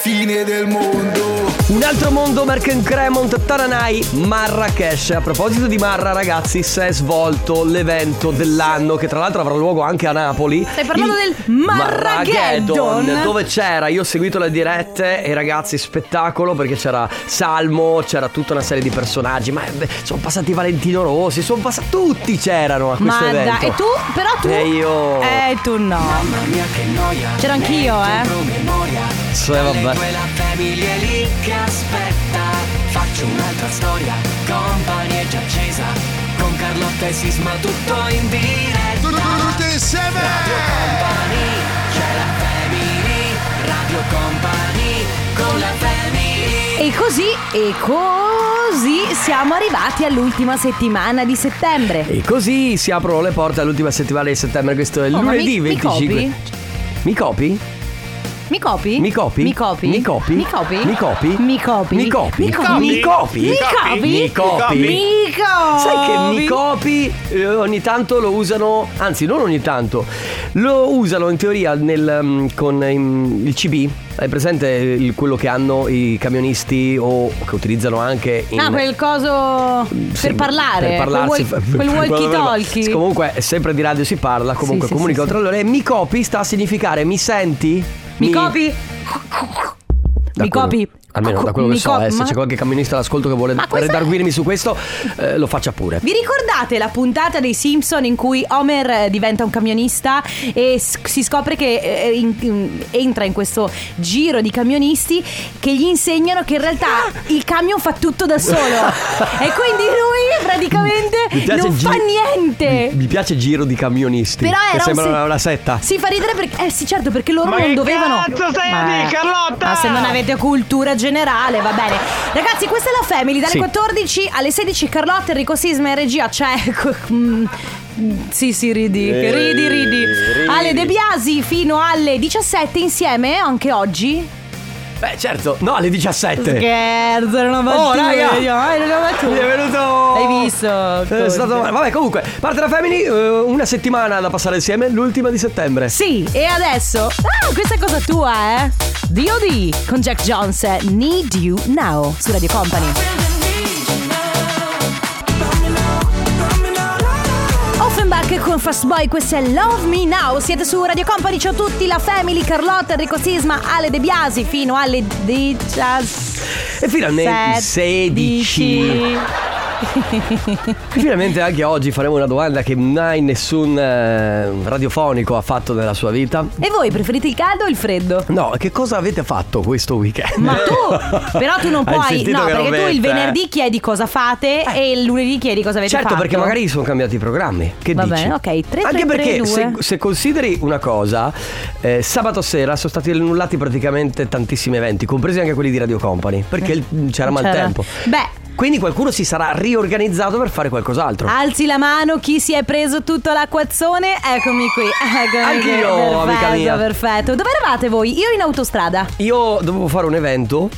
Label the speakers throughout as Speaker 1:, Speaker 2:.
Speaker 1: fine del mondo.
Speaker 2: Un altro mondo, Merken Cremont, Taranai, Marrakesh. A proposito di Marra, ragazzi, si è svolto l'evento dell'anno che tra l'altro avrà luogo anche a Napoli.
Speaker 3: Stai parlando del Marrageddon.
Speaker 2: Dove c'era? Io ho seguito le dirette e ragazzi, spettacolo perché c'era Salmo, c'era tutta una serie di personaggi, ma eh, beh, sono passati Valentino Rossi, sono passati tutti c'erano a questo
Speaker 3: Ma
Speaker 2: evento.
Speaker 3: dai, e tu? Però tu.
Speaker 2: E io.
Speaker 3: Eh, tu no. C'ero anch'io, eh.
Speaker 2: Sì, Cioè, Eh, vabbè.
Speaker 1: Tutti tutti insieme.
Speaker 3: E così, e così siamo arrivati all'ultima settimana di settembre.
Speaker 2: E così si aprono le porte all'ultima settimana di settembre. Questo è
Speaker 3: Oh, ma
Speaker 2: lunedì
Speaker 3: mi- mi
Speaker 2: 25.
Speaker 3: copi?
Speaker 2: Mi copi?
Speaker 3: Mi copi?
Speaker 2: Mi copi?
Speaker 3: Mi copi?
Speaker 2: Mi copi?
Speaker 3: Mi copi?
Speaker 2: Mi copi?
Speaker 3: Mi copi?
Speaker 2: Mi copi? Mi
Speaker 3: Mi copi?
Speaker 2: copi?
Speaker 3: Mi copi?
Speaker 2: Mi copi?
Speaker 3: Mi copi?
Speaker 2: Sai che mi copi eh, ogni tanto lo usano, anzi non ogni tanto, lo usano in teoria nel, mm, con mm, il CB, hai presente il- quello che hanno i camionisti o che utilizzano anche in...
Speaker 3: Ah, quel coso
Speaker 2: Sì,
Speaker 3: per parlare,
Speaker 2: per parlarsi,
Speaker 3: quel, wal- quel walkie talkie.
Speaker 2: Comunque, sempre di radio si parla. Comunque,
Speaker 3: sì,
Speaker 2: comunico
Speaker 3: sì,
Speaker 2: tra loro. E mi copi sta a significare mi senti?
Speaker 3: Mi copi?
Speaker 2: Da
Speaker 3: Mi
Speaker 2: quello-
Speaker 3: copi?
Speaker 2: Almeno da quello che
Speaker 3: Mi
Speaker 2: so,
Speaker 3: cop-
Speaker 2: eh, se
Speaker 3: ma-
Speaker 2: c'è qualche camionista all'ascolto che vuole
Speaker 3: Ma questa-
Speaker 2: redarguirmi su questo, eh, lo faccia pure.
Speaker 3: Vi ricordate la puntata dei Simpson in cui Homer eh, diventa un camionista e s- si scopre che eh, in- in- entra in questo giro di camionisti che gli insegnano che in realtà
Speaker 2: Ah!
Speaker 3: il camion fa tutto da solo e quindi lui
Speaker 2: Mi
Speaker 3: praticamente
Speaker 2: piace
Speaker 3: non
Speaker 2: il gi-
Speaker 3: fa niente.
Speaker 2: Mi, mi piace giro di camionisti.
Speaker 3: Però
Speaker 2: che
Speaker 3: era
Speaker 2: sembra
Speaker 3: un se-
Speaker 2: una, una setta.
Speaker 3: Si fa ridere perché Eh sì certo perché loro
Speaker 4: Ma
Speaker 3: non
Speaker 4: che
Speaker 3: dovevano eh,
Speaker 4: cazzo stai a dire, Carlotta?
Speaker 3: Ma se non avete cultura generale va bene Ragazzi questa è la Family Dalle
Speaker 2: Sì.
Speaker 3: 14 alle 16 Carlotta, Enrico Sisma e regia Cioè co- mm, mm, Sì sì ridi che
Speaker 2: Eh,
Speaker 3: Ridi ridi Ale De Biasi fino alle 17 insieme anche oggi
Speaker 2: Beh, certo. No, alle 17.
Speaker 3: Scherzo era una
Speaker 2: Oh,
Speaker 3: battuta,
Speaker 2: raga!
Speaker 3: io- eh, era una battuta.
Speaker 2: Mi è venuto.
Speaker 3: Hai visto?
Speaker 2: È stato... Vabbè, comunque, parte la Family. eh, una settimana da passare insieme, l'ultima di settembre.
Speaker 3: Sì, e adesso? Ah, questa è cosa tua, eh? DOD con Jack Jones, Need You Now su Radio Company. Offenbach con Fastboy, questo è Love Me Now. Siete su Radio Company, ciao a tutti, la Family, Carlotta, Enrico Sisma, Ale De Biasi fino alle 17.
Speaker 2: E finalmente 16. Finalmente anche oggi faremo una domanda che mai nessun eh, radiofonico ha fatto nella sua vita.
Speaker 3: E voi preferite il caldo o il freddo?
Speaker 2: No, che cosa avete fatto questo weekend?
Speaker 3: Ma tu, però tu non
Speaker 2: Eh. Hai
Speaker 3: puoi,
Speaker 2: sentito
Speaker 3: no,
Speaker 2: che
Speaker 3: perché tu il
Speaker 2: robetta, eh?
Speaker 3: venerdì chiedi cosa fate e il lunedì chiedi cosa avete
Speaker 2: Certo,
Speaker 3: fatto.
Speaker 2: perché magari sono cambiati i programmi. Che
Speaker 3: Va
Speaker 2: dici?
Speaker 3: bene, ok, tre, tre,
Speaker 2: Anche
Speaker 3: tre,
Speaker 2: perché
Speaker 3: due.
Speaker 2: se, se consideri una cosa, eh, sabato sera sono stati annullati praticamente tantissimi eventi, compresi anche quelli di Radio Company, perché il- c'era
Speaker 3: Mm. c'era.
Speaker 2: maltempo.
Speaker 3: Beh.
Speaker 2: Quindi qualcuno si sarà riorganizzato per fare qualcos'altro.
Speaker 3: Alzi la mano chi si è preso tutto l'acquazzone. Eccomi qui. Eccomi qui.
Speaker 2: Anch'io,
Speaker 3: perfetto,
Speaker 2: amica mia.
Speaker 3: Perfetto. Dove eravate voi? Io in autostrada.
Speaker 2: Io dovevo fare un evento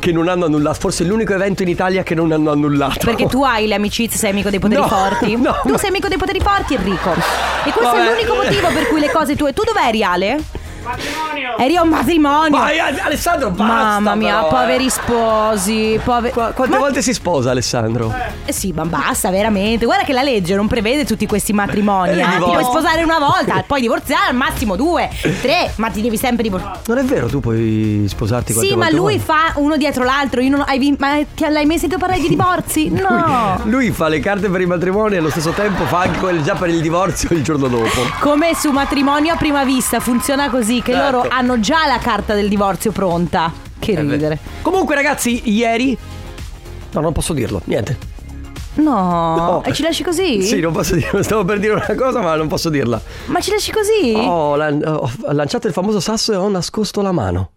Speaker 2: che non hanno annullato, forse è l'unico evento in Italia che non hanno annullato.
Speaker 3: Perché tu hai le amicizie, sei amico dei poteri
Speaker 2: No,
Speaker 3: forti.
Speaker 2: no,
Speaker 3: tu
Speaker 2: ma-
Speaker 3: sei amico dei poteri forti, Enrico. E questo
Speaker 2: Vabbè.
Speaker 3: è l'unico motivo per cui le cose tue. Tu dov'eri, Ale? Matrimonio. Eri a un matrimonio.
Speaker 2: Ma eh, Alessandro, basta
Speaker 3: Mamma mia,
Speaker 2: però, eh.
Speaker 3: poveri sposi. Pove...
Speaker 2: Qua- quante
Speaker 3: Ma-
Speaker 2: volte si sposa Alessandro?
Speaker 3: Eh sì, ma basta, veramente. Guarda che la legge non prevede tutti questi matrimoni.
Speaker 2: Eh,
Speaker 3: eh. Ti
Speaker 2: divorzio.
Speaker 3: puoi sposare una volta, poi divorziare al massimo due, tre, ma ti devi sempre divorziare.
Speaker 2: Non è vero, tu puoi sposarti quante
Speaker 3: Sì, ma
Speaker 2: volte vuoi.
Speaker 3: lui fa uno dietro l'altro. Io non hai vin- ma ti- l'hai mai sentito parlare di divorzi? No.
Speaker 2: Lui fa le carte per i matrimoni e allo stesso tempo fa anche quelle già per il divorzio il giorno dopo.
Speaker 3: Come su matrimonio a prima vista funziona così che
Speaker 2: Certo.
Speaker 3: loro hanno già la carta del divorzio pronta. Che
Speaker 2: Eh
Speaker 3: ridere.
Speaker 2: Comunque, ragazzi, ieri. No, non posso dirlo, niente.
Speaker 3: No.
Speaker 2: No.
Speaker 3: E ci lasci così?
Speaker 2: Sì, non posso dirlo. Stavo per dire una cosa, ma non posso dirla.
Speaker 3: Ma ci lasci così?
Speaker 2: Ho, lan- ho lanciato il famoso sasso e ho nascosto la mano.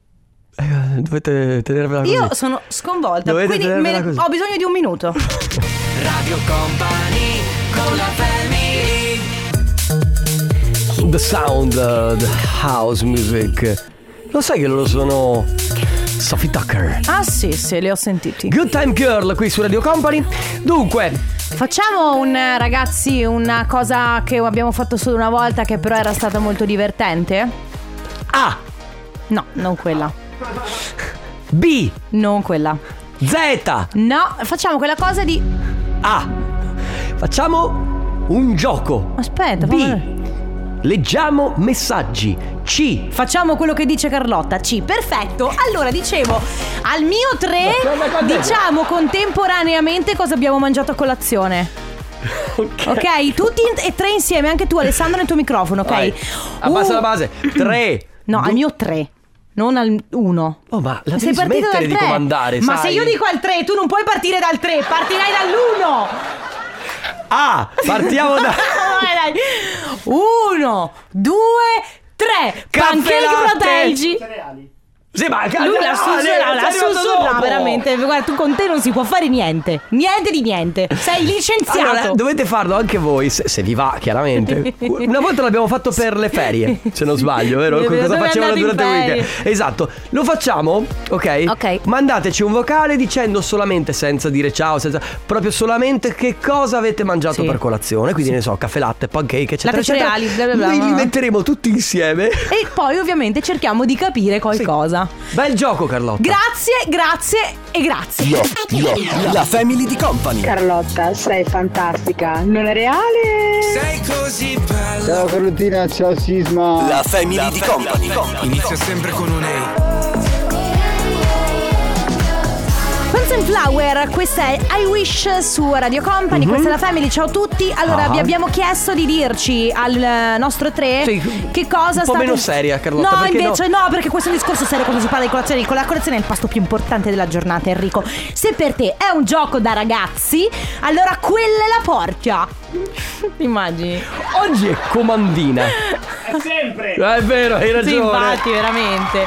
Speaker 2: Eh, dovete tenervela così.
Speaker 3: Io sono sconvolta,
Speaker 2: Dovete
Speaker 3: quindi
Speaker 2: tenervela
Speaker 3: me ne-
Speaker 2: così.
Speaker 3: ho bisogno di un minuto.
Speaker 2: The sound, uh, the house music. Lo sai che loro sono. Sophie Tucker.
Speaker 3: Ah sì, sì, li ho sentiti.
Speaker 2: Good Time Girl qui su Radio Company. Dunque,
Speaker 3: Facciamo un eh, ragazzi una cosa che abbiamo fatto solo una volta che però era stata molto divertente?
Speaker 2: ah,
Speaker 3: No, non quella.
Speaker 2: B,
Speaker 3: Non quella.
Speaker 2: Z,
Speaker 3: No, facciamo quella cosa di.
Speaker 2: A. Facciamo un gioco.
Speaker 3: Aspetta, fammi-
Speaker 2: B. Leggiamo messaggi. C.
Speaker 3: Facciamo quello che dice Carlotta. C, perfetto. Allora, dicevo, al mio
Speaker 2: Ma cosa
Speaker 3: 3
Speaker 2: contento?
Speaker 3: diciamo contemporaneamente cosa abbiamo mangiato a colazione. Ok, tutti in- e tre insieme, anche tu Alessandro nel tuo microfono, ok?
Speaker 2: Vai. Abbassa
Speaker 3: Uh,
Speaker 2: la base. 3.
Speaker 3: No, al mio 3, non al 1.
Speaker 2: Oh, ma la
Speaker 3: Sei
Speaker 2: devi
Speaker 3: partito dal
Speaker 2: smettere
Speaker 3: 3.
Speaker 2: di comandare,
Speaker 3: Ma
Speaker 2: sai.
Speaker 3: se io dico al 3, tu non puoi partire dal 3, partirai dall'1.
Speaker 2: A. Partiamo da...
Speaker 3: 1, 2, 3.
Speaker 2: Caffè
Speaker 3: Pancake
Speaker 2: latte.
Speaker 3: proteggi.
Speaker 2: Sì, ma Ah,
Speaker 3: Lui la sussurra, la sussurra veramente. Guarda, tu con te non si può fare niente. Niente di niente. Sei licenziato.
Speaker 2: Allora, dovete farlo anche voi, se, se vi va, chiaramente. Una volta l'abbiamo fatto per le ferie, se non sbaglio, vero?
Speaker 3: Sì,
Speaker 2: Cosa
Speaker 3: dove
Speaker 2: facevano
Speaker 3: andate in
Speaker 2: durante il
Speaker 3: ferie?
Speaker 2: weekend? Esatto. Lo facciamo, ok?
Speaker 3: Ok.
Speaker 2: Mandateci un vocale dicendo solamente, senza dire ciao, senza, proprio solamente che cosa avete mangiato
Speaker 3: Sì.
Speaker 2: per colazione. Quindi, ne so, caffè latte, pancake, eccetera.
Speaker 3: Latte,
Speaker 2: eccetera.
Speaker 3: cereali, bla, bla, bla,
Speaker 2: Noi
Speaker 3: bla,
Speaker 2: li
Speaker 3: bla.
Speaker 2: metteremo tutti insieme.
Speaker 3: E poi ovviamente cerchiamo di capire qualcosa.
Speaker 2: Bel gioco, Carlotta.
Speaker 3: Grazie, grazie e grazie.
Speaker 2: La family di company.
Speaker 4: Carlotta, sei fantastica, non è reale?
Speaker 5: Ciao Carlottina, ciao Sisma.
Speaker 6: La family di company.
Speaker 1: Inizia sempre con un E.
Speaker 3: Guns N' Flower, questa è I Wish su Radio Company, questa è la Family, ciao a tutti. Allora
Speaker 2: Mhm. Ah.
Speaker 3: vi abbiamo chiesto di dirci al eh, nostro tre
Speaker 2: Sì,
Speaker 3: che cosa
Speaker 2: un po'
Speaker 3: state...
Speaker 2: meno seria, Carlotta,
Speaker 3: No,
Speaker 2: perché
Speaker 3: invece no? perché questo è un discorso serio quando si parla di colazione. La colazione è il pasto più importante della giornata, Enrico. Se per te è un gioco da ragazzi, allora quella è la porta. Ti immagini?
Speaker 2: Oggi è comandina. È sempre. È vero, hai ragione. Eh.
Speaker 3: Sì, infatti, veramente.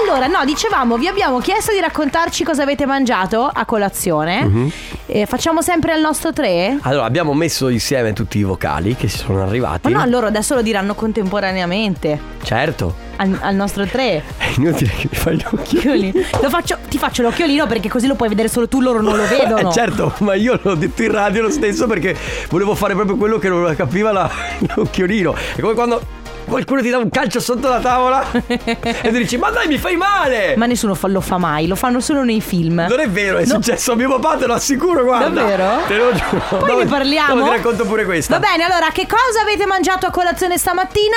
Speaker 3: Allora, no, dicevamo, vi abbiamo chiesto di raccontarci cosa avete mangiato a colazione.
Speaker 2: Mhm.
Speaker 3: Eh, facciamo sempre al nostro tre?
Speaker 2: Allora, abbiamo messo insieme tutti i vocali che ci sono arrivati.
Speaker 3: Ma no, loro adesso lo diranno contemporaneamente
Speaker 2: Certo,
Speaker 3: al, al nostro tre.
Speaker 2: è inutile che mi fai gli occhiali.
Speaker 3: Occhiolino. Lo faccio- ti faccio l'occhiolino perché così lo puoi vedere solo tu, loro non lo vedono.
Speaker 2: Eh, certo, ma io l'ho detto in radio lo stesso perché volevo fare proprio quello che non capiva la- l'occhiolino. È come quando qualcuno ti dà un calcio sotto la tavola e tu dici, ma dai, mi fai male!
Speaker 3: Ma nessuno fa- lo fa mai, lo fanno solo nei film.
Speaker 2: Non è vero, è
Speaker 3: No.
Speaker 2: successo a mio papà, te lo assicuro, guarda.
Speaker 3: Davvero?
Speaker 2: Te lo giuro.
Speaker 3: Poi
Speaker 2: Dopo-
Speaker 3: ne parliamo.
Speaker 2: dopo ti racconto pure questa.
Speaker 3: Va bene, allora, che cosa avete mangiato a colazione stamattina?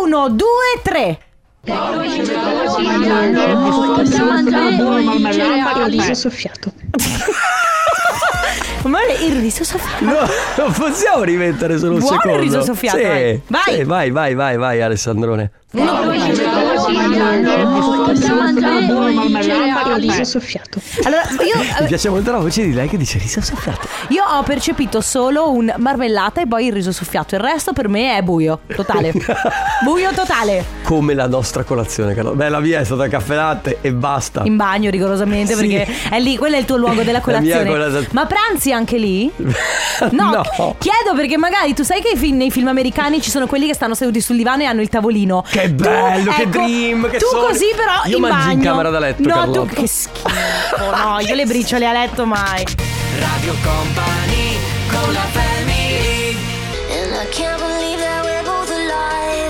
Speaker 3: Uno, due, tre. Ma il riso soffiato.
Speaker 2: No, non possiamo rimettere solo un
Speaker 3: Buono il
Speaker 2: secondo.
Speaker 3: riso soffiato,
Speaker 2: Sì.
Speaker 3: eh. Vai.
Speaker 2: Sì, vai, vai, vai, vai, Alessandrone.
Speaker 3: Allora, io, eh,
Speaker 2: Mi piace molto la voce di lei che dice riso soffiato.
Speaker 3: io ho percepito solo un marmellata e poi il riso soffiato. Il resto per me è buio, totale. buio totale.
Speaker 2: Come la nostra colazione, Carlo. Beh, la mia è stata caffè latte e basta.
Speaker 3: In bagno rigorosamente
Speaker 2: Ah. Sì.
Speaker 3: perché è lì, quello è il tuo luogo della
Speaker 2: La mia è
Speaker 3: colazione.
Speaker 2: quella-
Speaker 3: Ma pranzi anche lì? No,
Speaker 2: No.
Speaker 3: ch- chiedo perché magari tu sai che i film- nei film americani ci sono quelli che stanno seduti sul divano e hanno il tavolino.
Speaker 2: Che
Speaker 3: Tu-
Speaker 2: bello, che
Speaker 3: ecco,
Speaker 2: dream, che
Speaker 3: Tu
Speaker 2: sogno.
Speaker 3: così però
Speaker 2: Io
Speaker 3: in
Speaker 2: mangio in
Speaker 3: bagno.
Speaker 2: camera da letto,
Speaker 3: No,
Speaker 2: Carlotta.
Speaker 3: tu che schifo. No, io le briciole a letto mai.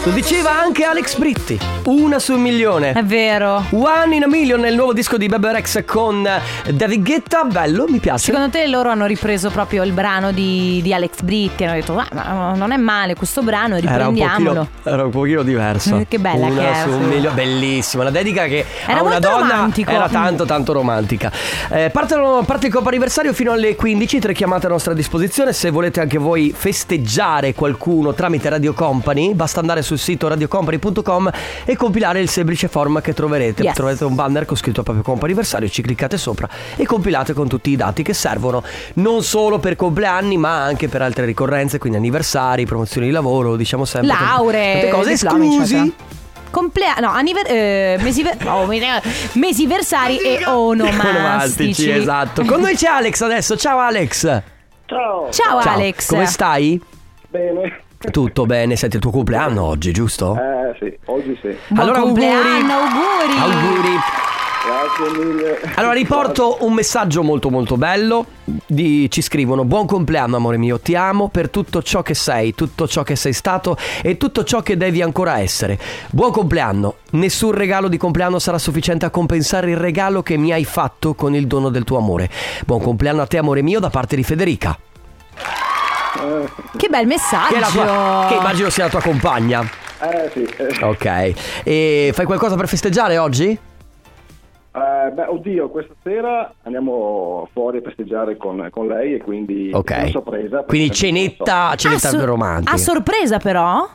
Speaker 2: Lo diceva anche Alex Britti. Una su un
Speaker 3: È Eh.
Speaker 2: milione.
Speaker 3: vero.
Speaker 2: One in a million nel nuovo disco di Bebe Rex con eh, David Guetta. Bello, mi piace.
Speaker 3: Secondo te loro hanno ripreso proprio il brano di, di Alex Britti? Hanno detto, "Ah, ma non è male questo brano,
Speaker 2: Era un,
Speaker 3: riprendiamolo.
Speaker 2: pochino, era un pochino diverso.
Speaker 3: Eh, che bella
Speaker 2: Una
Speaker 3: che era,
Speaker 2: su un
Speaker 3: sì.
Speaker 2: milione. Bellissima. La dedica che
Speaker 3: Era
Speaker 2: a una
Speaker 3: molto
Speaker 2: donna
Speaker 3: romantico.
Speaker 2: era tanto, tanto romantica. Eh, partono- parte il Coppa Anniversario fino alle 15. Tre chiamate a nostra disposizione. Se volete anche voi festeggiare qualcuno tramite Radio Company, basta andare sul sito radiocompany.com e compilare il semplice form che troverete.
Speaker 3: Yes.
Speaker 2: Trovate un banner con scritto proprio Coppa Anniversario. Ci cliccate sopra e compilate con tutti i dati che servono non solo per compleanni, ma anche per altre ricorrenze, quindi anniversari, promozioni di lavoro, diciamo sempre sempre
Speaker 3: Lauree,
Speaker 2: tante cose
Speaker 3: diplomi,
Speaker 2: esclusi.
Speaker 3: eccetera. Complea- no, anniver- eh, mesi, ver- oh, mi- mesi versari e onomastici.
Speaker 2: Onomastici, esatto. Con noi c'è Alex adesso. Ciao Alex.
Speaker 3: Ciao,
Speaker 2: Ciao.
Speaker 3: Alex.
Speaker 2: Come stai?
Speaker 5: Bene.
Speaker 2: Tutto bene, senti il tuo compleanno oggi, giusto?
Speaker 5: Eh sì, oggi sì.
Speaker 3: Buon
Speaker 2: Allora, auguri.
Speaker 3: compleanno, auguri.
Speaker 2: Auguri.
Speaker 5: Grazie mille.
Speaker 2: Allora riporto un messaggio molto molto bello Di- Ci scrivono Buon compleanno amore mio Ti amo per tutto ciò che sei Tutto ciò che sei stato E tutto ciò che devi ancora essere Buon compleanno Nessun regalo di compleanno sarà sufficiente a compensare il regalo che mi hai fatto Con il dono del tuo amore Buon compleanno a te amore mio Da parte di Federica
Speaker 3: Che bel messaggio.
Speaker 2: Che, è la tua- che immagino sia la tua compagna
Speaker 5: Eh sì. eh.
Speaker 2: Ok E fai qualcosa per festeggiare oggi?
Speaker 5: Eh, beh, oddio, questa sera andiamo fuori a festeggiare con, con lei e quindi
Speaker 2: Ok
Speaker 5: una sorpresa.
Speaker 2: Quindi
Speaker 5: perché non so.
Speaker 2: cenetta Cenetta
Speaker 3: a, sor-
Speaker 2: romantica
Speaker 3: a sorpresa però?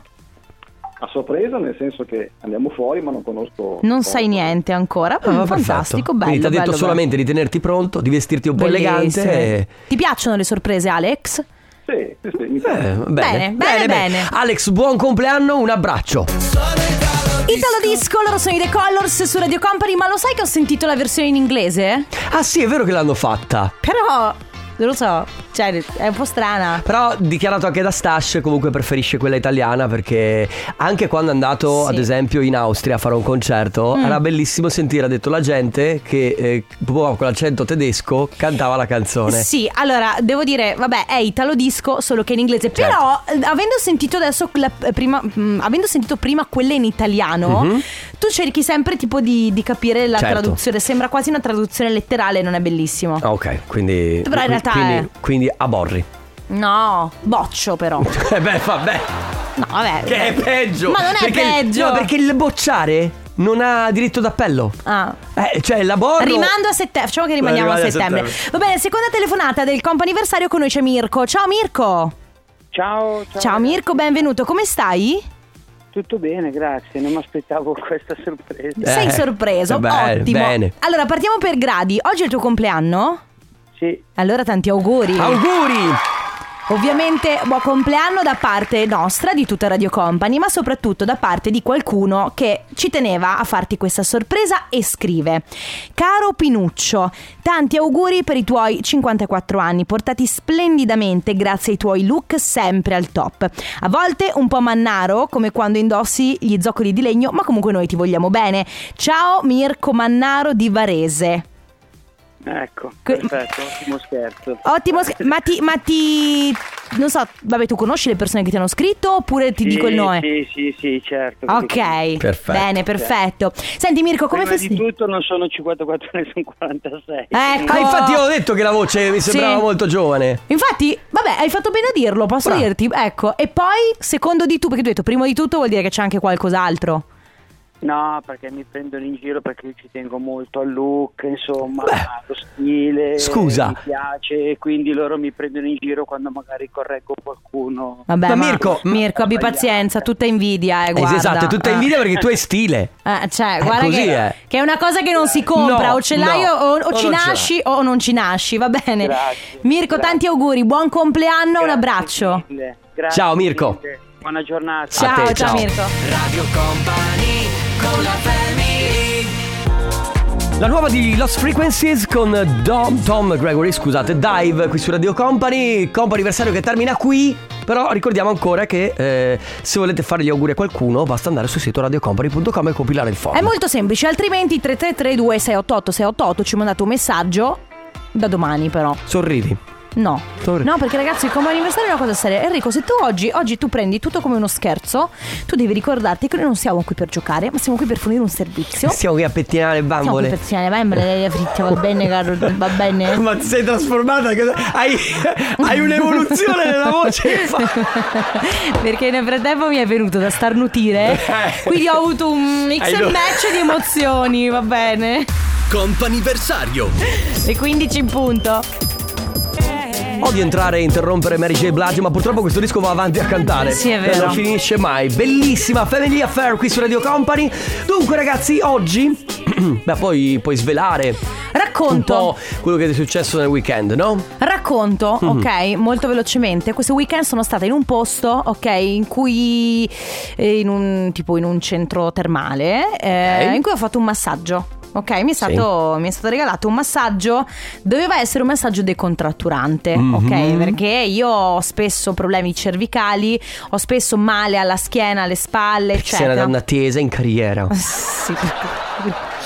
Speaker 5: A sorpresa, nel senso che andiamo fuori, ma non conosco.
Speaker 3: Non sai niente ancora.
Speaker 2: Ah,
Speaker 3: Mm,
Speaker 2: perfetto.
Speaker 3: fantastico, bello.
Speaker 2: Quindi ti ha detto
Speaker 3: bello, bello.
Speaker 2: solamente di tenerti pronto, di vestirti un po'
Speaker 3: Bellissimo.
Speaker 2: elegante. e-
Speaker 3: Ti piacciono le sorprese, Alex?
Speaker 5: Sì, sì, sì. mi
Speaker 2: Eh,
Speaker 5: piace.
Speaker 2: bene.
Speaker 3: Bene, bene, bene.
Speaker 2: Alex, buon compleanno, un abbraccio.
Speaker 3: Italo Disco, loro sono i The Colors su Radio Company, ma lo sai che ho sentito la versione in inglese?
Speaker 2: Ah sì, è vero che l'hanno fatta.
Speaker 3: Però, non lo so, cioè è un po' strana.
Speaker 2: Però dichiarato anche da Stash comunque preferisce quella italiana perché anche quando è andato
Speaker 3: Sì. Mm.
Speaker 2: ad esempio in Austria a fare un concerto era bellissimo sentire, ha detto la gente che eh, proprio con l'accento tedesco cantava la canzone.
Speaker 3: Sì, allora devo dire, vabbè, è italo disco, solo che in inglese.
Speaker 2: Certo.
Speaker 3: Però, eh, avendo sentito adesso la- eh, prima, mm, avendo sentito prima quella in italiano, tu cerchi sempre tipo di, di capire la
Speaker 2: Mhm. Certo.
Speaker 3: traduzione. Sembra quasi una traduzione letterale, non è bellissimo.
Speaker 2: Ah, Ok, quindi...
Speaker 3: Però in realtà
Speaker 2: quindi,
Speaker 3: è-
Speaker 2: quindi aborri.
Speaker 3: No, boccio, però. No,
Speaker 2: Eh beh, vabbè.
Speaker 3: vabbè.
Speaker 2: Che è peggio!
Speaker 3: Ma non è
Speaker 2: Perché-
Speaker 3: peggio.
Speaker 2: No, perché il bocciare non ha diritto d'appello.
Speaker 3: Ah.
Speaker 2: Eh, cioè, la bordo...
Speaker 3: Rimando a settembre. Facciamo che rimaniamo a
Speaker 2: Rimani a
Speaker 3: settembre.
Speaker 2: settembre.
Speaker 3: Va bene, seconda telefonata del comp anniversario con noi c'è Mirko. Ciao Mirco.
Speaker 7: Ciao,
Speaker 3: Ciao, Mirko, benvenuto. Come stai?
Speaker 7: Tutto bene, grazie. Non mi aspettavo questa sorpresa.
Speaker 2: Eh,
Speaker 3: Sei sorpreso.
Speaker 2: beh,
Speaker 3: Ottimo.
Speaker 2: Bene.
Speaker 3: Allora, partiamo per gradi. Oggi è il tuo compleanno?
Speaker 7: Sì,
Speaker 3: Allora, tanti auguri.
Speaker 2: Auguri!
Speaker 3: Ovviamente, buon compleanno da parte nostra, di tutta Radio Company, ma soprattutto da parte di qualcuno che ci teneva a farti questa sorpresa e scrive: Caro Pinuccio, tanti auguri per i tuoi 54 anni, portati splendidamente grazie ai tuoi look sempre al top. A volte un po' mannaro, come quando indossi gli zoccoli di legno, ma comunque noi ti vogliamo bene. Ciao Mirko Mannaro di Varese.
Speaker 7: ecco,
Speaker 3: Que-
Speaker 7: perfetto, ottimo scherzo.
Speaker 3: Ottimo, sch- ma ti, ma ti- Non so, vabbè, tu conosci le persone che ti hanno scritto oppure ti
Speaker 7: Sì,
Speaker 3: dico il nome?
Speaker 7: Sì, sì, sì, certo.
Speaker 3: Ok,
Speaker 2: Perfetto.
Speaker 3: bene, perfetto. Senti Mirko, come
Speaker 7: Come Prima di
Speaker 3: festeggi?
Speaker 7: tutto non sono 54 anni, sono 46.
Speaker 3: Ecco.
Speaker 2: Ah, infatti io ho detto che la voce mi
Speaker 3: Sì.
Speaker 2: sembrava molto giovane. Eh,
Speaker 3: Infatti, vabbè, hai fatto bene a dirlo, posso
Speaker 2: Bravo.
Speaker 3: dirti? Ecco, e poi, secondo di tu, perché tu hai detto prima di tutto vuol dire che c'è anche qualcos'altro.
Speaker 7: No, perché mi prendono in giro perché io ci tengo molto al look, insomma, allo stile.
Speaker 2: scusa.
Speaker 7: Mi piace, quindi loro mi prendono in giro quando magari correggo qualcuno.
Speaker 3: Vabbè,
Speaker 2: Ma
Speaker 3: ma,
Speaker 2: Mirko, ma-
Speaker 3: Mirko, abbi pazienza, tutta invidia, eh, guarda.
Speaker 2: Esatto, è tutta
Speaker 3: Eh.
Speaker 2: invidia perché tu hai stile.
Speaker 3: Eh, cioè,
Speaker 2: Eh,
Speaker 3: guarda
Speaker 2: così
Speaker 3: che,
Speaker 2: è.
Speaker 3: che è una cosa che non si compra,
Speaker 2: No,
Speaker 3: o ce l'hai
Speaker 2: no,
Speaker 3: o,
Speaker 2: o
Speaker 3: o ci
Speaker 2: non ce
Speaker 3: nasci o non ci nasci, va bene.
Speaker 7: Grazie,
Speaker 3: Mirko,
Speaker 7: grazie.
Speaker 3: tanti auguri, buon compleanno, un
Speaker 7: Grazie
Speaker 3: abbraccio.
Speaker 7: mille, grazie
Speaker 2: Ciao, Mirko.
Speaker 7: mille, Buona giornata.
Speaker 2: A
Speaker 3: Ciao,
Speaker 2: te, ciao.
Speaker 3: ciao Mirko.
Speaker 2: La nuova di Lost Frequencies con Dom, Tom Gregory, scusate, Dive qui su Radio Company, compo anniversario che termina qui, però ricordiamo ancora che eh, se volete fare gli auguri a qualcuno basta andare sul sito radiocompany.com e compilare il form.
Speaker 3: È molto semplice, altrimenti 3332 688 688 ci mandate un messaggio da domani però.
Speaker 2: Sorridi.
Speaker 3: No.
Speaker 2: Torri.
Speaker 3: No, perché ragazzi, come anniversario è una cosa seria. Enrico, se tu oggi, oggi tu prendi tutto come uno scherzo, tu devi ricordarti che noi non siamo qui per giocare, ma siamo qui per fornire un servizio.
Speaker 2: Stiamo qui a pettinare le
Speaker 3: Siamo qui
Speaker 2: bambole.
Speaker 3: per tirare le bambole, le fritte, va bene, caro, va bene.
Speaker 2: Ma ti sei trasformata? che- Hai, hai un'evoluzione nella voce. Fa-
Speaker 3: Perché nel frattempo mi è venuto da starnutire Quindi ho avuto un mix
Speaker 2: Eh. Hai
Speaker 3: and
Speaker 2: do-
Speaker 3: match di emozioni Va bene
Speaker 6: Comp'anniversario
Speaker 3: Le 15 in punto
Speaker 2: Odio entrare e interrompere Mary J. Blige, ma purtroppo questo disco va avanti a cantare.
Speaker 3: Sì, è
Speaker 2: Eh,
Speaker 3: vero.
Speaker 2: Non finisce mai. Bellissima Family Affair qui su Radio Company. Dunque, ragazzi, oggi. Beh, poi puoi svelare un po'
Speaker 3: Racconto
Speaker 2: quello che ti è successo nel weekend, no?
Speaker 3: Racconto,
Speaker 2: Mhm.
Speaker 3: ok, molto velocemente Questo weekend sono stata in un posto, ok In cui eh, in un, Tipo in un centro termale eh,
Speaker 2: Ok.
Speaker 3: In cui ho fatto un massaggio Ok, mi è, stato, mi è stato regalato un massaggio, doveva essere un massaggio decontratturante,
Speaker 2: Mhm.
Speaker 3: ok? Perché io ho spesso problemi cervicali, ho spesso male alla schiena, alle spalle,
Speaker 2: Sei una
Speaker 3: eccetera.
Speaker 2: donna tesa in carriera.
Speaker 3: Sì.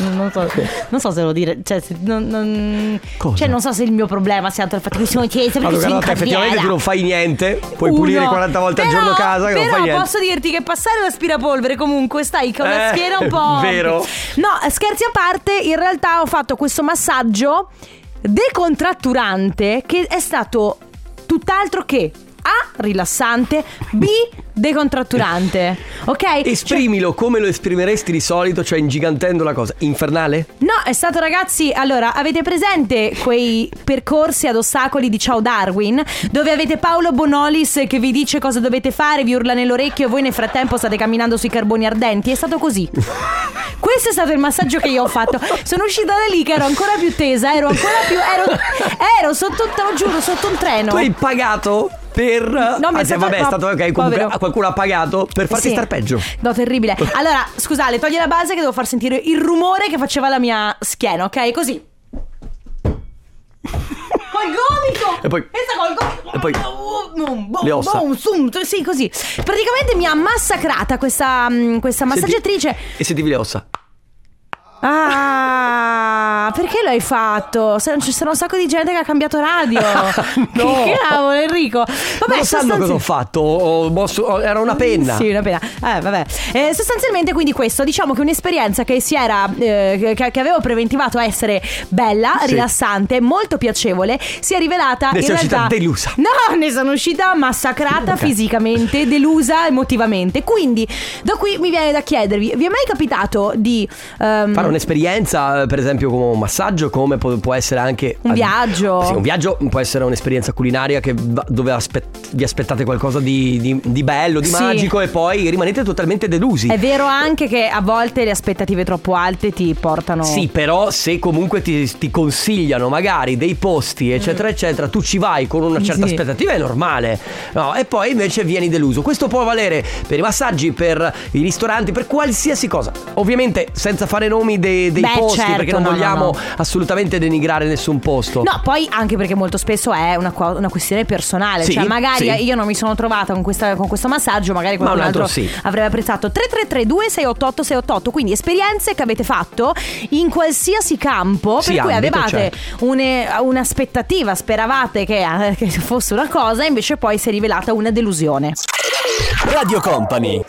Speaker 3: Non, non so, non so se lo dire. Cioè, se- non, non-
Speaker 2: Cosa?
Speaker 3: cioè, non so se il mio problema sia tanto il fatto che sono chiesa perché
Speaker 2: Allora,
Speaker 3: sono in
Speaker 2: guarda, effettivamente tu
Speaker 3: carriera.
Speaker 2: non fai niente, puoi
Speaker 3: Uno.
Speaker 2: pulire 40 volte al
Speaker 3: Però-
Speaker 2: giorno casa, che
Speaker 3: Però
Speaker 2: non fai niente.
Speaker 3: posso dirti che passare l'aspirapolvere comunque stai con
Speaker 2: Eh,
Speaker 3: la schiena un po'.
Speaker 2: vero.
Speaker 3: No, scherzi a parte, in realtà ho fatto questo massaggio decontratturante che è stato tutt'altro che A rilassante, B decontratturante. Ok? Cioè-
Speaker 2: Esprimilo come lo esprimeresti di solito, cioè ingigantendo la cosa. Infernale?
Speaker 3: No, è stato ragazzi, allora, avete presente quei percorsi ad ostacoli di Ciao Darwin, dove avete Paolo Bonolis che vi dice cosa dovete fare, vi urla nell'orecchio e voi nel frattempo state camminando sui carboni ardenti? È stato così. Questo è stato il massaggio che io ho fatto. Sono uscita da lì che ero ancora più tesa, ero ancora più ero ero sotto, te lo giuro, sotto un treno.
Speaker 2: Tu hai pagato per.
Speaker 3: No, mi è
Speaker 2: Anzi,
Speaker 3: stato-
Speaker 2: vabbè, è
Speaker 3: no,
Speaker 2: stato ok. Comunque
Speaker 3: povero.
Speaker 2: qualcuno ha pagato per farti
Speaker 3: Sì.
Speaker 2: star peggio.
Speaker 3: No, terribile. Allora, scusate, togli la base che devo far sentire il rumore che faceva la mia schiena, ok? Così. Col gomito!
Speaker 2: E poi-
Speaker 3: Pensa col gomito!
Speaker 2: e poi-
Speaker 3: Boom, boom,
Speaker 2: le ossa.
Speaker 3: boom, zoom, sì, così. Praticamente mi ha massacrata questa, mh, questa massaggiatrice.
Speaker 2: E sentivi le ossa.
Speaker 3: Ah, perché lo hai fatto? Se- Ci sono un sacco di gente che ha cambiato radio.
Speaker 2: No.
Speaker 3: Che cavolo, Enrico. Vabbè,
Speaker 2: non sanno
Speaker 3: sostanzi-
Speaker 2: cosa ho fatto. Ho mosso- ho- era una penna.
Speaker 3: sì, una pena. Eh, vabbè. Eh, sostanzialmente, quindi, questo diciamo che un'esperienza che si era. eh, che, che avevo preventivato essere bella,
Speaker 2: Sì.
Speaker 3: rilassante, molto piacevole, si è rivelata.
Speaker 2: Ne
Speaker 3: in
Speaker 2: sei
Speaker 3: realtà...
Speaker 2: uscita delusa.
Speaker 3: No, ne sono uscita massacrata fisicamente, delusa emotivamente. Quindi, da qui mi viene da chiedervi: vi è mai capitato di. ehm,
Speaker 2: Fare un'esperienza, eh, per esempio, come un massaggio, come può, può essere anche.
Speaker 3: Un viaggio.
Speaker 2: Sì, un viaggio può essere un'esperienza culinaria che va- dove aspet- vi aspettate qualcosa di, di- di bello, di
Speaker 3: Sì.
Speaker 2: magico, e poi rimanete totalmente delusi.
Speaker 3: È vero anche che a volte le aspettative troppo alte ti portano.
Speaker 2: Sì, però se comunque ti, ti consigliano magari dei posti, eccetera, eccetera, tu ci vai con una certa
Speaker 3: Mm. Sì.
Speaker 2: aspettativa, è normale. No, e poi invece vieni deluso. Questo può valere per i massaggi, per i ristoranti, per qualsiasi cosa. Ovviamente senza fare nomi dei, dei
Speaker 3: Beh,
Speaker 2: posti,
Speaker 3: certo,
Speaker 2: perché non
Speaker 3: no, no,
Speaker 2: vogliamo
Speaker 3: no.
Speaker 2: assolutamente denigrare nessun posto.
Speaker 3: No, poi anche perché molto spesso è una, qua- una questione personale.
Speaker 2: Sì,
Speaker 3: cioè, magari
Speaker 2: sì.
Speaker 3: io non mi sono trovata con, questa- con questo massaggio, magari
Speaker 2: Ma un
Speaker 3: qualcun altro,
Speaker 2: altro sì.
Speaker 3: avrebbe apprezzato. 3332 688 688 Quindi esperienze che avete fatto in qualsiasi campo.
Speaker 2: Sì,
Speaker 3: per cui
Speaker 2: ambito,
Speaker 3: avevate
Speaker 2: certo.
Speaker 3: une- un'aspettativa, speravate che, eh, che fosse una cosa, invece poi si è rivelata una delusione.
Speaker 6: Radio Company.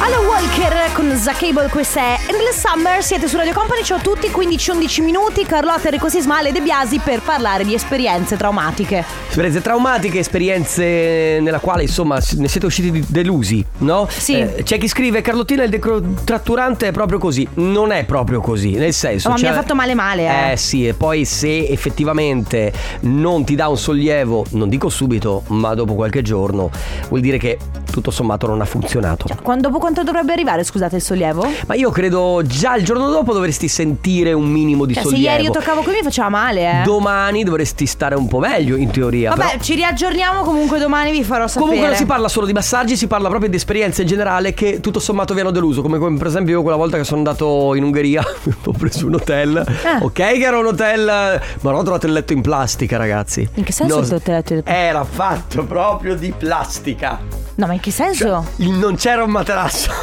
Speaker 3: Alla Walker con Zacable, questa è Endless Summer, siete su Radio Company, ciao a tutti, 15-11 minuti, Carlotta, Enrico Sisma, Ale De Biasi per parlare di esperienze traumatiche.
Speaker 2: Esperienze traumatiche, esperienze nella quale insomma s- ne siete usciti di- delusi, no? Eh,
Speaker 3: Sì.
Speaker 2: c'è chi scrive Carlottina il decontratturante è proprio così. Non è proprio così, nel senso.
Speaker 3: Oh, ma mi
Speaker 2: cioè-
Speaker 3: ha fatto male male, eh.
Speaker 2: Eh sì, e poi se effettivamente non ti dà un sollievo, non dico subito, ma dopo qualche giorno, vuol dire che tutto sommato non ha funzionato.
Speaker 3: Quando, dopo quanto dovrebbe arrivare, scusate, il sollievo? Cioè,
Speaker 2: Ma io credo già il giorno dopo dovresti sentire un minimo di
Speaker 3: Cioè, se
Speaker 2: sollievo.
Speaker 3: ieri io toccavo qui mi faceva male, eh.
Speaker 2: Domani dovresti stare un po' meglio in teoria.
Speaker 3: Vabbè,
Speaker 2: però-
Speaker 3: ci riaggiorniamo, comunque domani vi farò sapere.
Speaker 2: Comunque non si parla solo di massaggi, si parla proprio di esperienze in generale che tutto sommato vi hanno deluso, come, come per esempio io quella volta che sono andato in Ungheria, ho preso un hotel,
Speaker 3: Ah.
Speaker 2: ok che era un hotel, ma non ho trovato il letto in plastica ragazzi.
Speaker 3: In che senso il tuo letto in-
Speaker 2: Era fatto proprio di plastica,
Speaker 3: No, ma in che senso?
Speaker 2: Il- non c'era un materasso.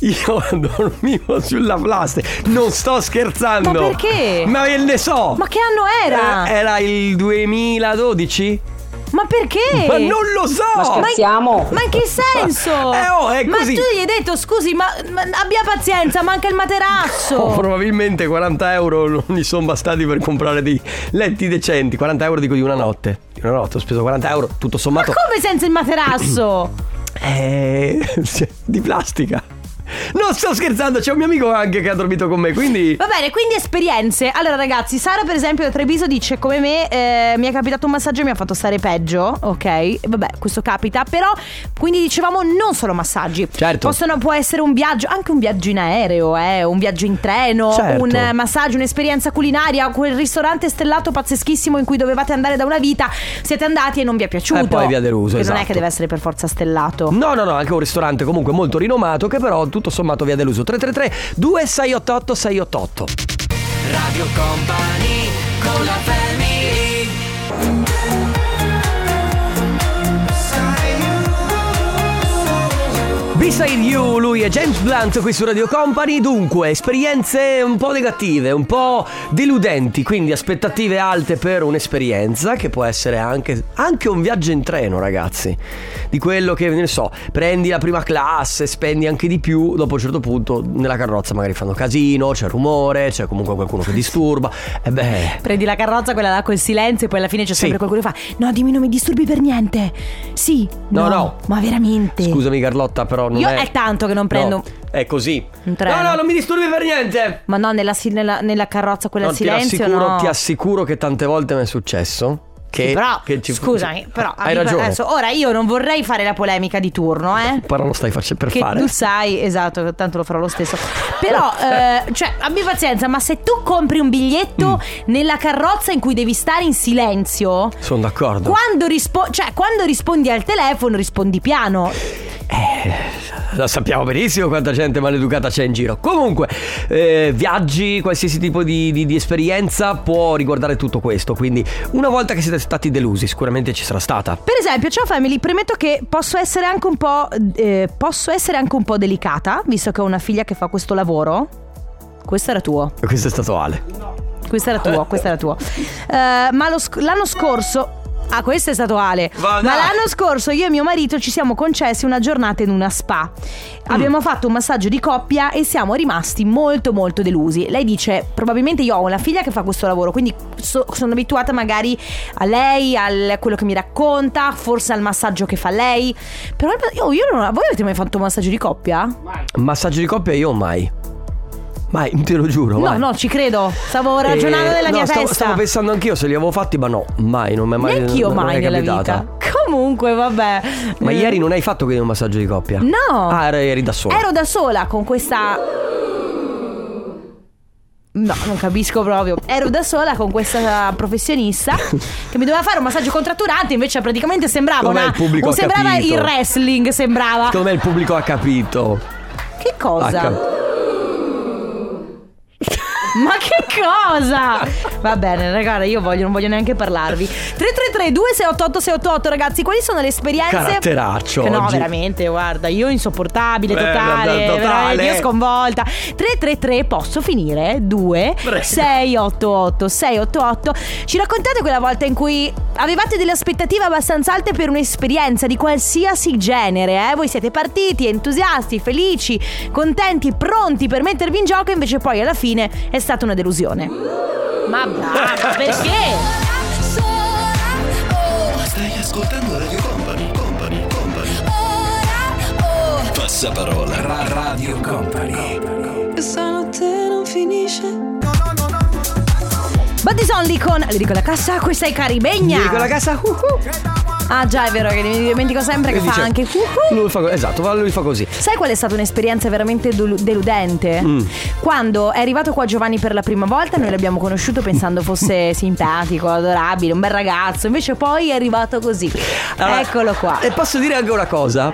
Speaker 2: Io dormivo sulla plastica, non sto scherzando.
Speaker 3: Ma perché?
Speaker 2: Ma io ne so.
Speaker 3: Ma che anno era?
Speaker 2: Eh, Era il 2012?
Speaker 3: Ma perché?
Speaker 2: Ma non lo so!
Speaker 3: scherziamo! Ma in che senso?
Speaker 2: Eh, oh, è
Speaker 3: ma tu
Speaker 2: così.
Speaker 3: gli hai detto, scusi, ma, ma abbia pazienza, manca il materasso.
Speaker 2: Oh, probabilmente 40 euro non mi sono bastati per comprare dei letti decenti. 40 euro dico di una notte. Di una notte ho speso 40 euro, tutto
Speaker 3: Ma
Speaker 2: sommato.
Speaker 3: come senza il materasso?
Speaker 2: Eh, sì, di plastica. Non sto scherzando, c'è un mio amico anche che ha dormito con me, quindi.
Speaker 3: Va bene, quindi esperienze. Allora, ragazzi, Sara, per esempio, da Treviso dice: Come me, eh, mi è capitato un massaggio e mi ha fatto stare peggio. Ok, vabbè, questo capita. Però, quindi dicevamo, non solo massaggi.
Speaker 2: Certo.
Speaker 3: Possono, può essere un viaggio, anche un viaggio in aereo, eh, un viaggio in treno,
Speaker 2: Certo.
Speaker 3: un eh, massaggio, un'esperienza culinaria, quel ristorante stellato pazzeschissimo in cui dovevate andare da una vita. Siete andati e non vi è piaciuto.
Speaker 2: E Eh, poi vi ha deluso,
Speaker 3: Che non è
Speaker 2: esatto.
Speaker 3: che deve essere per forza stellato.
Speaker 2: No, no, no, anche un ristorante comunque molto rinomato che però tutto sommato vi ha deluso. 333 2688 688. Radio Company con la Beside You, lui è James Blunt qui su Radio Company. Dunque, esperienze un po' negative, un po' deludenti, quindi aspettative alte per un'esperienza che può essere anche, anche un viaggio in treno, ragazzi. Di quello che, ne so, prendi la prima classe, spendi anche di più, dopo un certo punto nella carrozza magari fanno casino, c'è rumore, c'è comunque qualcuno che disturba. E beh...
Speaker 3: Prendi la carrozza, quella là col silenzio, e poi alla fine c'è sempre qualcuno che fa: No, dimmi, non mi disturbi per niente. Sì,
Speaker 2: No,
Speaker 3: no,
Speaker 2: no.
Speaker 3: ma veramente.
Speaker 2: Scusami Carlotta, però non
Speaker 3: Io
Speaker 2: è...
Speaker 3: è tanto che non
Speaker 2: No,
Speaker 3: prendo-
Speaker 2: è così.
Speaker 3: Un treno.
Speaker 2: No, no, non mi disturbi per niente.
Speaker 3: Ma no, nella, si- nella- nella carrozza quella
Speaker 2: No,
Speaker 3: al
Speaker 2: ti,
Speaker 3: silenzio.
Speaker 2: assicuro,
Speaker 3: no.
Speaker 2: ti assicuro che tante volte mi è successo. Che,
Speaker 3: Sì, però,
Speaker 2: che ci-
Speaker 3: scusami, però
Speaker 2: Hai
Speaker 3: abbi-
Speaker 2: ragione.
Speaker 3: adesso, ora io non vorrei fare la polemica di turno, eh.
Speaker 2: Però lo stai facendo per
Speaker 3: Che
Speaker 2: fare.
Speaker 3: tu sai, esatto, tanto lo farò lo stesso. Però, eh, cioè, abbi pazienza, ma se tu compri un biglietto
Speaker 2: Mm.
Speaker 3: nella carrozza in cui devi stare in silenzio,
Speaker 2: Sono d'accordo.
Speaker 3: quando, rispo- cioè, quando rispondi al telefono rispondi piano.
Speaker 2: Lo sappiamo benissimo quanta gente maleducata c'è in giro. Comunque, eh, viaggi, qualsiasi tipo di, di- di esperienza può riguardare tutto questo. Quindi, una volta che siete stati delusi, sicuramente ci sarà stata.
Speaker 3: Per esempio, ciao family, premetto che posso essere anche un po'. eh, posso essere anche un po' delicata, visto che ho una figlia che fa questo lavoro. Questo era tuo.
Speaker 2: E Questo è stato Ale.
Speaker 3: Questo era tuo, questo era tuo. Eh, ma lo sc- l'anno scorso. Ah, questo è stato Ale.
Speaker 2: Va,
Speaker 3: ma
Speaker 2: dai.
Speaker 3: l'anno scorso io e mio marito ci siamo concessi una giornata in una spa.
Speaker 2: Mm.
Speaker 3: Abbiamo fatto un massaggio di coppia e siamo rimasti molto molto delusi. Lei dice: probabilmente io ho una figlia che fa questo lavoro, quindi so- sono abituata magari a lei, a quello che mi racconta, forse al massaggio che fa lei. Però io, io non. Voi avete mai fatto un massaggio di coppia?
Speaker 2: Massaggio di coppia io mai. Mai, te lo giuro.
Speaker 3: No,
Speaker 2: mai.
Speaker 3: no, ci credo. Stavo ragionando
Speaker 2: Eh,
Speaker 3: nella
Speaker 2: no,
Speaker 3: mia
Speaker 2: stavo,
Speaker 3: testa.
Speaker 2: Stavo pensando anch'io se li avevo fatti, ma no, mai, non mi è mai
Speaker 3: Neanch'io
Speaker 2: non- non
Speaker 3: mai
Speaker 2: è
Speaker 3: nella
Speaker 2: capitata.
Speaker 3: vita. Comunque, vabbè.
Speaker 2: Ma
Speaker 3: Eh,
Speaker 2: ieri non hai fatto quindi un massaggio di coppia?
Speaker 3: No.
Speaker 2: Ah, eri, eri da sola.
Speaker 3: Ero da sola con questa. No, non capisco proprio. Ero da sola con questa professionista che mi doveva fare un massaggio contratturante, invece praticamente sembrava
Speaker 2: Com'è
Speaker 3: una
Speaker 2: il pubblico
Speaker 3: un-
Speaker 2: ha
Speaker 3: sembrava
Speaker 2: capito.
Speaker 3: il wrestling, sembrava.
Speaker 2: Secondo me il pubblico ha capito.
Speaker 3: Che
Speaker 2: Ha
Speaker 3: cosa?
Speaker 2: cap-
Speaker 3: Ma che cosa? Va bene, ragazzi, io voglio, non voglio neanche parlarvi. 333 2688 688 ragazzi, quali sono le esperienze?
Speaker 2: Caratteraccio
Speaker 3: Che No,
Speaker 2: oggi.
Speaker 3: veramente, guarda, io insopportabile,
Speaker 2: Eh,
Speaker 3: totale,
Speaker 2: guarda, totale.
Speaker 3: veramente, io sconvolta. 333 posso finire? 2 688 688. Ci raccontate quella volta in cui avevate delle aspettative abbastanza alte per un'esperienza di qualsiasi genere, eh? Voi siete partiti entusiasti, felici, contenti, pronti per mettervi in gioco, invece poi alla fine è stata una delusione. Ma brava, perché?
Speaker 6: Stai ascoltando Radio Company, Company, Company. Passaparola. Radio Company.
Speaker 3: Buddies Only con Lirico la cassa, questa è Caribegna.
Speaker 2: Lirico la cassa, uh, uh.
Speaker 3: Ah già è vero che mi dimentico sempre che
Speaker 2: E dice-
Speaker 3: fa anche uh, uh.
Speaker 2: Lui fa co- esatto, va- lui fa così.
Speaker 3: Sai qual è stata un'esperienza veramente delu- deludente?
Speaker 8: Mm.
Speaker 3: Quando è arrivato qua Giovanni per la prima volta, noi l'abbiamo conosciuto pensando fosse simpatico, adorabile, un bel ragazzo, invece poi è arrivato così.
Speaker 2: Allora,
Speaker 3: Eccolo qua. Mm.
Speaker 2: E posso dire anche una cosa?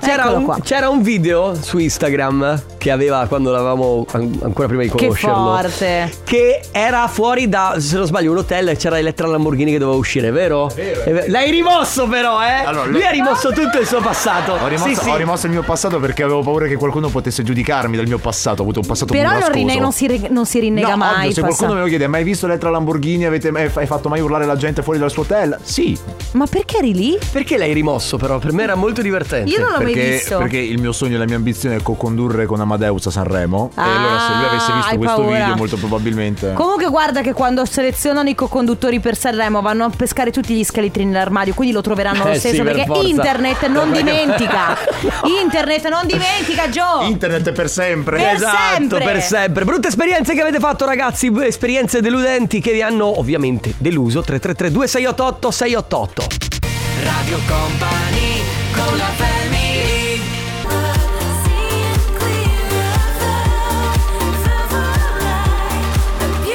Speaker 2: C'era
Speaker 3: Eccolo
Speaker 2: un,
Speaker 3: qua.
Speaker 2: c'era un video su Instagram che aveva quando l'avevamo an- ancora prima di
Speaker 3: Che
Speaker 2: conoscerlo.
Speaker 3: forte.
Speaker 2: Che era fuori da, se non sbaglio, un hotel e c'era Elettra Lamborghini che doveva uscire, vero? È ve- L'hai rimosso però, eh?
Speaker 8: Allora,
Speaker 2: lui ha rimosso tutto il suo passato.
Speaker 8: Ho rimosso,
Speaker 2: Sì, sì.
Speaker 8: ho rimosso il mio passato perché avevo paura che qualcuno potesse giudicarmi del mio passato. Ho avuto un passato
Speaker 3: Però non,
Speaker 8: burrascoso.
Speaker 3: rinne- non si, ri- non si rinnega
Speaker 8: No,
Speaker 3: mai.
Speaker 8: ovvio, se
Speaker 3: passa-
Speaker 8: qualcuno me lo chiede, hai mai visto Elettra Lamborghini? Avete mai, hai fatto mai urlare la gente fuori dal suo hotel? Sì,
Speaker 3: Ma perché eri lì?
Speaker 2: Perché l'hai rimosso però? Per me era molto divertente.
Speaker 3: Io non l'ho mai
Speaker 8: perché,
Speaker 3: visto.
Speaker 8: perché il mio sogno e la mia ambizione è co-condurre con Amadeus a Sanremo. e
Speaker 3: Ah,
Speaker 8: allora, se lui avesse visto
Speaker 3: hai
Speaker 8: questo
Speaker 3: paura.
Speaker 8: video, molto probabilmente.
Speaker 3: Comunque guarda che quando selezionano i co-conduttori per Sanremo vanno a pescare tutti gli scheletri nell'armadio, quindi lo troveranno lo
Speaker 2: Eh
Speaker 3: stesso
Speaker 2: sì, per
Speaker 3: perché
Speaker 2: forza.
Speaker 3: internet non
Speaker 2: Perché-
Speaker 3: dimentica. Internet non dimentica, Joe.
Speaker 8: Internet è per sempre.
Speaker 3: Per
Speaker 2: esatto,
Speaker 3: sempre.
Speaker 2: per sempre. Brutte esperienze che avete fatto, ragazzi. b- Esperienze deludenti che vi hanno ovviamente deluso. 333 2688 688 Radio Company con la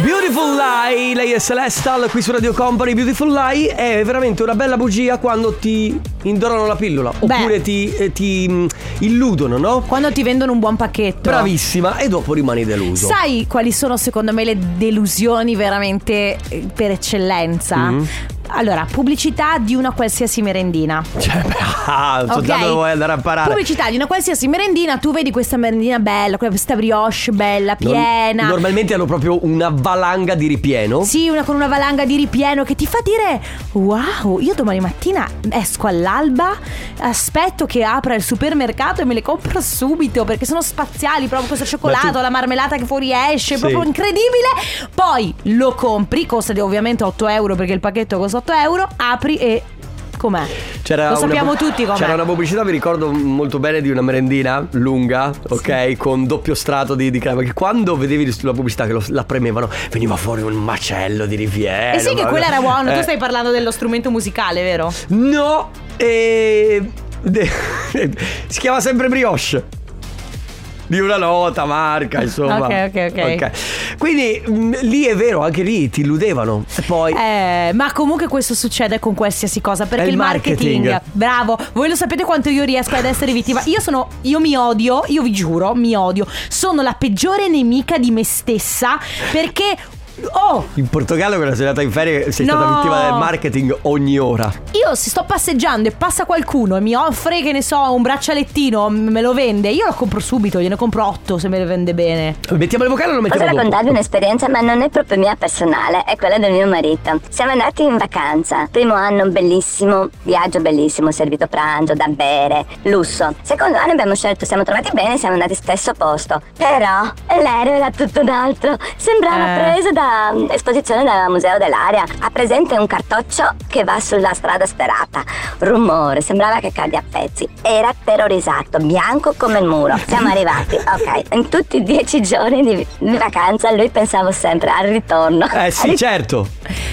Speaker 2: Beautiful Lie, lei è Celestal qui su Radio Company. Beautiful Lie è veramente una bella bugia quando ti indorano la pillola
Speaker 3: Beh.
Speaker 2: oppure ti, eh, ti, mm, illudono, no?
Speaker 3: Quando ti vendono un buon pacchetto.
Speaker 2: Bravissima, e dopo rimani deluso.
Speaker 8: Mm-hmm.
Speaker 3: Sai quali sono secondo me le delusioni veramente eh, per eccellenza? Allora, pubblicità di una qualsiasi merendina.
Speaker 2: Cioè, beh, ah,
Speaker 3: Ok.
Speaker 2: soltanto dove vuoi andare a parare.
Speaker 3: Pubblicità di una qualsiasi merendina, tu vedi questa merendina bella, questa brioche bella,
Speaker 2: Non-
Speaker 3: piena.
Speaker 2: Normalmente hanno proprio una valanga di ripieno.
Speaker 3: Sì, una con una valanga di ripieno che ti fa dire wow, io domani mattina esco all'alba, aspetto che apra il supermercato e me le compro subito perché sono spaziali, proprio questo cioccolato,
Speaker 2: Ma tu-
Speaker 3: la marmellata che fuoriesce,
Speaker 2: Sì.
Speaker 3: proprio incredibile. Poi lo compri, costa ovviamente 8 euro perché il pacchetto costa 8 euro, apri e com'è?
Speaker 2: C'era
Speaker 3: lo
Speaker 2: una
Speaker 3: sappiamo
Speaker 2: pub-
Speaker 3: tutti com'è.
Speaker 2: C'era una pubblicità, mi ricordo molto bene, di una merendina lunga, ok? Con doppio strato di, di crema. Che quando vedevi la pubblicità che lo- la premevano, veniva fuori un macello di ripieno.
Speaker 3: eh sì che
Speaker 2: ma-
Speaker 3: quella era buona, tu
Speaker 2: Eh,
Speaker 3: stai parlando dello strumento musicale, vero?
Speaker 2: No, e... de- si chiama sempre brioche. Di una nota, marca, insomma.
Speaker 3: Ok, ok, ok.
Speaker 2: Quindi mh, lì è vero, anche lì ti illudevano. E poi...
Speaker 3: Eh, ma comunque questo succede con qualsiasi cosa perché
Speaker 2: È il
Speaker 3: il, marketing,
Speaker 2: marketing.
Speaker 3: bravo, voi lo sapete quanto io riesco ad essere vittima. Io sono io mi odio, io vi giuro, mi odio. Sono la peggiore nemica di me stessa perché oh
Speaker 2: In Portogallo quella serata in ferie sei stata
Speaker 3: No.
Speaker 2: vittima del marketing ogni ora.
Speaker 3: io se sto passeggiando e passa qualcuno e mi offre, che ne so, un braccialettino, m- me lo vende, io lo compro subito, gliene compro otto se me lo vende bene.
Speaker 2: Mettiamo il vocale o lo
Speaker 9: Posso
Speaker 2: mettiamo dopo?
Speaker 9: raccontarvi un'esperienza, ma non è proprio mia personale, è quella del mio marito. Siamo andati in vacanza, primo anno bellissimo, viaggio bellissimo, servito prango, da bere, lusso. Secondo anno abbiamo scelto, siamo trovati bene, siamo andati stesso posto. Però l'aereo era tutto un altro, sembrava
Speaker 3: Eh.
Speaker 9: preso da mm, esposizione dal Museo dell'Aria. Ha presente un cartoccio che va sulla strada sperata. Rumore, sembrava che cadi a pezzi. Era terrorizzato, bianco come il muro. Siamo arrivati, ok. In tutti i dieci giorni di, di vacanza lui pensavo sempre al ritorno.
Speaker 2: Eh sì, certo.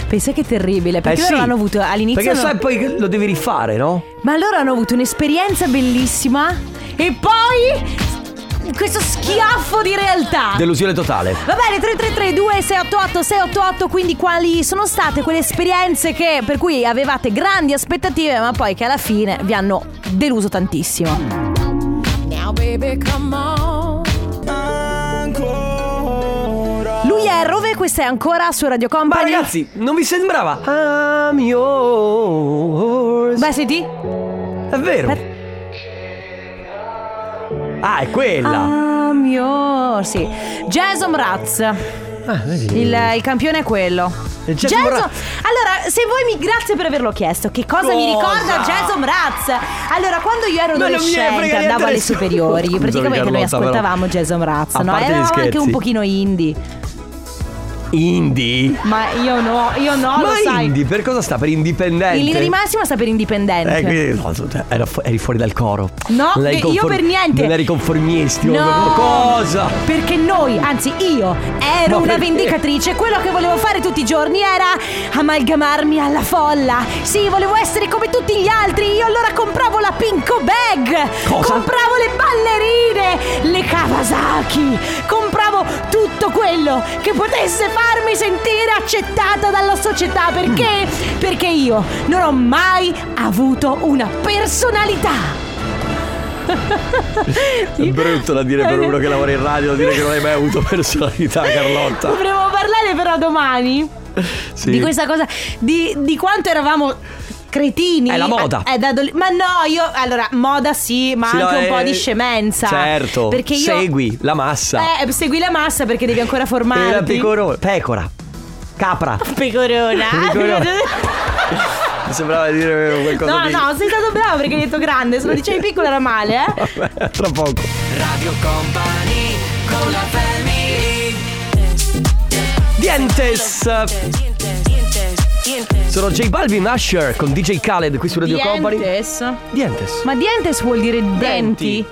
Speaker 3: Pensa che terribile,
Speaker 2: Eh
Speaker 3: perché
Speaker 2: sì.
Speaker 3: loro hanno avuto all'inizio
Speaker 2: Perché
Speaker 3: non-
Speaker 2: sai poi che lo devi rifare, no?
Speaker 3: Ma loro hanno avuto un'esperienza bellissima e poi questo schiaffo di realtà.
Speaker 2: Delusione totale.
Speaker 3: Va bene, 3332 688 688, quindi quali sono state quelle esperienze che, per cui avevate grandi aspettative, ma poi che alla fine vi hanno deluso tantissimo. Lui è Rove, questa è ancora su Radio
Speaker 2: Ma
Speaker 3: Company.
Speaker 2: ragazzi, non vi sembrava? I'm yours.
Speaker 3: Beh, senti.
Speaker 2: è vero. Ah, è quella.
Speaker 3: Ah, mio, sì. Jason Ratz.
Speaker 2: Ah,
Speaker 3: Il, il campione è quello.
Speaker 2: Eh, Jason
Speaker 3: Jason-
Speaker 2: Mraz.
Speaker 3: allora, se voi mi grazie per averlo chiesto, che cosa, mi
Speaker 2: Cosa?
Speaker 3: ricorda Jason Ratz? Allora, quando io ero
Speaker 2: Ma non mi frega
Speaker 3: adolescente,
Speaker 2: niente
Speaker 3: andavo alle
Speaker 2: nessuno.
Speaker 3: superiori,
Speaker 2: Scusami,
Speaker 3: praticamente noi
Speaker 2: Carlotta, però.
Speaker 3: ascoltavamo Jason Ratz,
Speaker 2: A
Speaker 3: no?
Speaker 2: parte gli
Speaker 3: Eravamo anche
Speaker 2: scherzi.
Speaker 3: un pochino indie.
Speaker 2: Indie.
Speaker 3: Ma io no, io no, lo
Speaker 2: Ma
Speaker 3: sai.
Speaker 2: indie per cosa sta? Per indipendente.
Speaker 3: In linea di massima sta per indipendente.
Speaker 2: Eh, quindi no, cioè, era fu- eri fuori dal coro.
Speaker 3: No,
Speaker 2: Non eri
Speaker 3: che io
Speaker 2: conform-
Speaker 3: per niente.
Speaker 2: Non eri conformistico.
Speaker 3: No.
Speaker 2: Cosa?
Speaker 3: Perché noi, anzi io,
Speaker 2: Ma
Speaker 3: ero una
Speaker 2: perché?
Speaker 3: vendicatrice. Quello che volevo fare tutti i giorni era amalgamarmi alla folla. Sì, volevo essere come tutti gli altri. Io allora compravo la Pinko Bag.
Speaker 2: Cosa?
Speaker 3: Compravo le ballerine, le Kawasaki. Compravo tutto quello che potesse farmi sentire accettata dalla società. Perché?
Speaker 2: Mm.
Speaker 3: Perché io non ho mai avuto una personalità.
Speaker 2: È brutto da dire per uno che lavora in radio, dire che non hai mai avuto personalità, Carlotta.
Speaker 3: Dovremmo parlare però domani
Speaker 2: Sì.
Speaker 3: di questa cosa, di, di quanto eravamo cretini.
Speaker 2: È la moda.
Speaker 3: Eh, da adole- ma no, io allora, moda sì, ma
Speaker 2: Sì,
Speaker 3: anche
Speaker 2: no,
Speaker 3: un po'
Speaker 2: eh,
Speaker 3: di scemenza.
Speaker 2: Certo.
Speaker 3: Perché io...
Speaker 2: Segui la massa.
Speaker 3: Eh, segui la massa perché devi ancora formarti.
Speaker 2: Era pecoro- pecora. Capra.
Speaker 3: Pecorona.
Speaker 2: Pecorona. Mi sembrava di dire qualcosa
Speaker 3: No,
Speaker 2: di.
Speaker 3: no, sei stato bravo perché hai detto grande, se lo dicevi piccolo era male, eh.
Speaker 2: Vabbè, Tra poco. Dientes. Sono J Balvin Usher con DJ Khaled qui su Radio Company.
Speaker 3: Dientes.
Speaker 2: Dientes.
Speaker 3: Ma dientes vuol dire
Speaker 2: Denti.
Speaker 3: denti.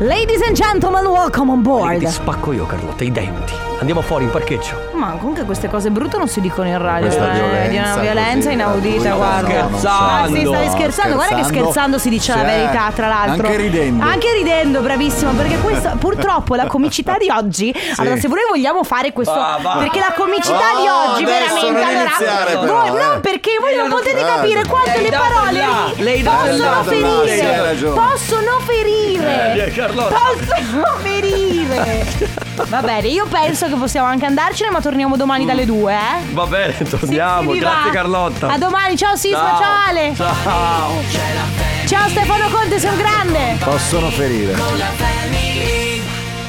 Speaker 3: Ladies and gentlemen, welcome on
Speaker 2: Guarda Ti
Speaker 3: board.
Speaker 2: spacco io, Carlotta, i denti. Andiamo fuori in parcheggio.
Speaker 3: Ma comunque queste cose brutte non si dicono in radio,
Speaker 8: Questa
Speaker 3: eh, di una
Speaker 8: violenza
Speaker 3: violenza
Speaker 8: così,
Speaker 3: inaudita,
Speaker 8: gratuita,
Speaker 3: guarda.
Speaker 8: no, non so.
Speaker 3: Ah, sì, stavi
Speaker 2: No,
Speaker 3: scherzando, guarda che scherzando si dice la
Speaker 8: Cioè,
Speaker 3: verità, tra l'altro.
Speaker 8: anche ridendo.
Speaker 3: Anche ridendo, bravissimo, perché questa purtroppo la comicità di oggi. Allora, se voi vogliamo fare questo
Speaker 2: Va, va.
Speaker 3: perché la comicità
Speaker 8: Oh,
Speaker 3: di oggi
Speaker 8: adesso
Speaker 3: veramente
Speaker 8: non
Speaker 3: allora
Speaker 8: iniziare,
Speaker 3: voi-
Speaker 8: però,
Speaker 3: no,
Speaker 8: eh.
Speaker 3: perché voi non
Speaker 2: Lei
Speaker 3: potete
Speaker 8: dato-
Speaker 3: capire quanto
Speaker 2: Lei
Speaker 3: le
Speaker 2: dato
Speaker 3: parole
Speaker 2: là,
Speaker 3: lì
Speaker 2: lei dato
Speaker 3: possono
Speaker 8: là, lei
Speaker 3: ferire.
Speaker 8: ha ragione.
Speaker 3: Possono ferire.
Speaker 2: Eh, Carlotta.
Speaker 3: Possono ferire. Va bene, io penso che possiamo anche andarcene, ma torniamo domani dalle due, eh?
Speaker 2: Va bene, torniamo.
Speaker 3: Sì, sì, vi va.
Speaker 2: Grazie Carlotta.
Speaker 3: A domani, ciao Sisma, ciao, Ale.
Speaker 2: Ciao.
Speaker 3: Ciao Stefano Conte, sei un grande.
Speaker 8: Possono ferire.
Speaker 10: Con la family